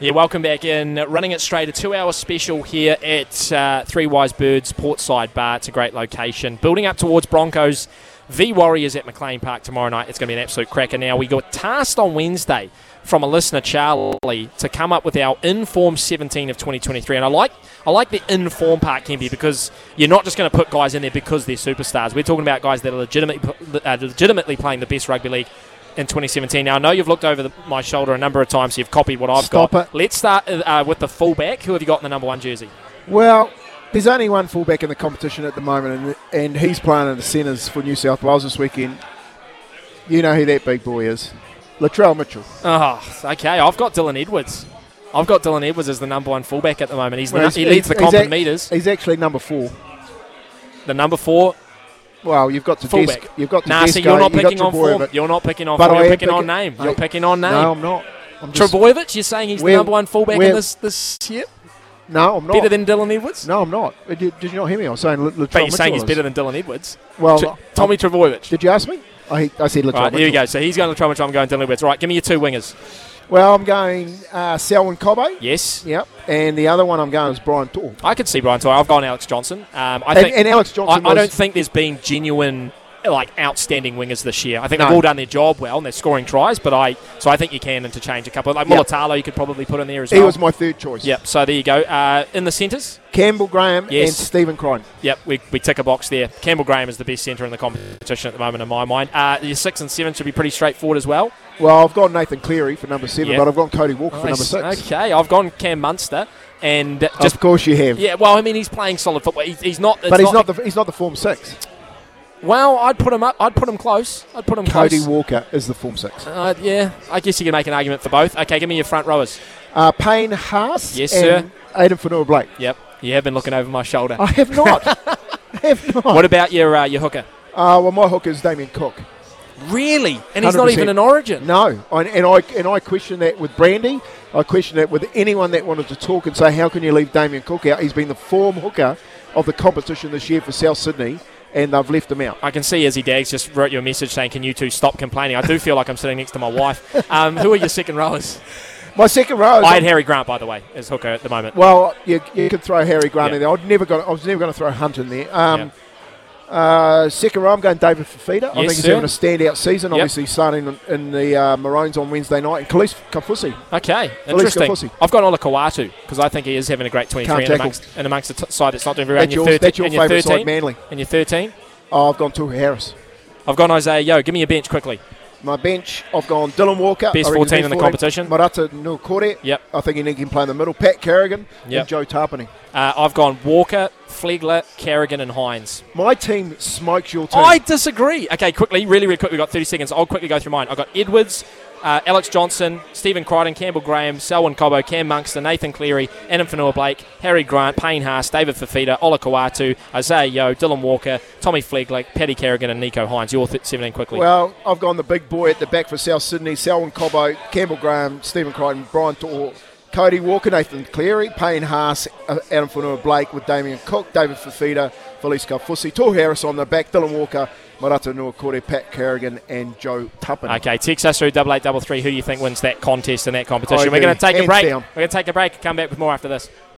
Yeah, welcome back in. Running it straight, a two hour special here at uh, Three Wise Birds Portside Bar. It's a great location. Building up towards Broncos v Warriors at McLean Park tomorrow night. It's going to be an absolute cracker. Now, we got tasked on Wednesday from a listener, Charlie, to come up with our inform 17 of 2023. And I like I like the inform part, Kempi, because you're not just going to put guys in there because they're superstars. We're talking about guys that are legitimately, uh, legitimately playing the best rugby league in 2017. Now, I know you've looked over the, my shoulder a number of times. So you've copied what I've Stop got. it. Let's start uh, with the fullback. Who have you got in the number one jersey? Well, there's only one fullback in the competition at the moment, and, and he's playing in the centres for New South Wales this weekend. You know who that big boy is. Latrell Mitchell. Oh, okay. I've got Dylan Edwards. I've got Dylan Edwards as the number one fullback at the moment. He's Well, the, he's- he leads the he's- comp he's in ac- meters. He's actually number four. The number four Well, you've got to fullback. desk. You've got to nah, desk. see, you're not you've picking got on Trebojevic. form. You're not picking on But form. I You're am picking on picking- name. I- You're picking on name. No, I'm not. I'm just, Trebojevic, you're saying he's the We're- number one fullback in we're- this this year? no, I'm not. Better than Dylan Edwards? no, I'm not. Did you, did you not hear me? I was saying Latrell Mitchell. but you're saying he's is. better than Dylan Edwards. Well, Tr- I- Tommy Trebojevic. Did you ask me? I, I said Latrell All right, Mitchell. here we go. So he's going to Trebojevic. I'm going Dylan Edwards. All right, give me your two wingers. Well, I'm going uh, Selwyn Cobbo. Yes. Yep. And the other one I'm going is Brian Tor. I could see Brian Toy. I've gone Alex Johnson. Um, I And, think and Alex Johnson I, I was- don't think there's been genuine like outstanding wingers this year. I think No. they've all done their job well and they're scoring tries, but I so I think you can interchange a couple. Like Yep. Molitalo, you could probably put in there as he well. was my third choice. yep. So there you go. Uh, in the centres, Campbell Graham Yes. and Stephen Crichton. yep, we, we tick a box there. Campbell Graham is the best centre in the competition at the moment, in my mind. Uh, your six and seven should be pretty straightforward as well. Well, I've got Nathan Cleary for number seven, Yep. but I've got Cody Walker for number Nice. six. Okay, I've gone Cam Munster, and uh, just of course you have. yeah. Well, I mean, he's playing solid football. He's, he's not, it's but he's not the he's not the form six. Well, I'd put him up. I'd put him close. I'd put him Cody close. Walker is the form six. Uh, yeah, I guess you can make an argument for both. Okay, give me your front rowers. Uh, Payne Haas Yes, and Aidan Fanua Blake. Yep, you have been looking over my shoulder. I have not. I have not. What about your uh, your hooker? Uh, well, my hook is Damien Cook. Really? And he's not even 100%. an origin. No, and, and I and I question that with Brandy. I question that with anyone that wanted to talk and say, how can you leave Damien Cook out? He's been the form hooker of the competition this year for South Sydney, and they've left him out. I can see Izzy Daggs just wrote you a message saying, "Can you two stop complaining?" I do feel like I'm sitting next to my wife. Um, who are your second rowers? My second row. is- I had Harry Grant, by the way, as hooker at the moment. well, you, you could throw Harry Grant Yeah. in there. I'd never got. I was never going to throw Hunt in there. Yeah. Um, uh, second row, I'm going David Fafita. I Yes, think he's sir. having a standout season. Yep. Obviously, starting in, in the uh, Maroons on Wednesday night, and Khalif Kafusi. Okay, least interesting. Kafusi. I've got Ola Kawatu because I think he is having a great 23 Can't and tackle. amongst, and amongst a t- side that's not doing very well. That's And you're your, that's your 13. And you're favourite side, 13. Manly. And you're 13. Oh, I've gone to Harris. I've gone Isaiah Yo. Give me your bench quickly. My bench, I've gone Dylan Walker. Best I reckon 14 in the competition. Marata Nukore. Yep. I think he can play in the middle. Pat Kerrigan Yep. and Joe Tarpany. Uh, I've gone Walker, Flegler, Kerrigan, and Hines. My team smokes your team. I disagree. Okay, quickly, really, really quick. We've got 30 seconds. I'll quickly go through mine. I've got Edwards, uh, Alex Johnson, Stephen Crichton, Campbell Graham, Selwyn Cobbo, Cam Munster, Nathan Cleary, Adam Fanua Blake, Harry Grant, Payne Haas, David Fafita, Ola Kawatu, Isaiah Yo, Dylan Walker, Tommy Flegler, Paddy Kerrigan, and Nico Hines. Your th- 17 quickly. well, I've gone the big boy at the back for South Sydney. Selwyn Cobbo, Campbell Graham, Stephen Crichton, Brian Tor, Cody Walker, Nathan Cleary, Payne Haas, uh, Adam Fanua Blake with Damien Cook, David Fafita, Felice Kafusi, Tor Harris on the back, Dylan Walker, Marata Nukore, Pat Kerrigan, and Joe Tarpany. Okay, text us through double eight double three. Who do you think wins that contest and that competition? I We're do. going to take a Hands break. down. We're going to take a break. Come back with more after this.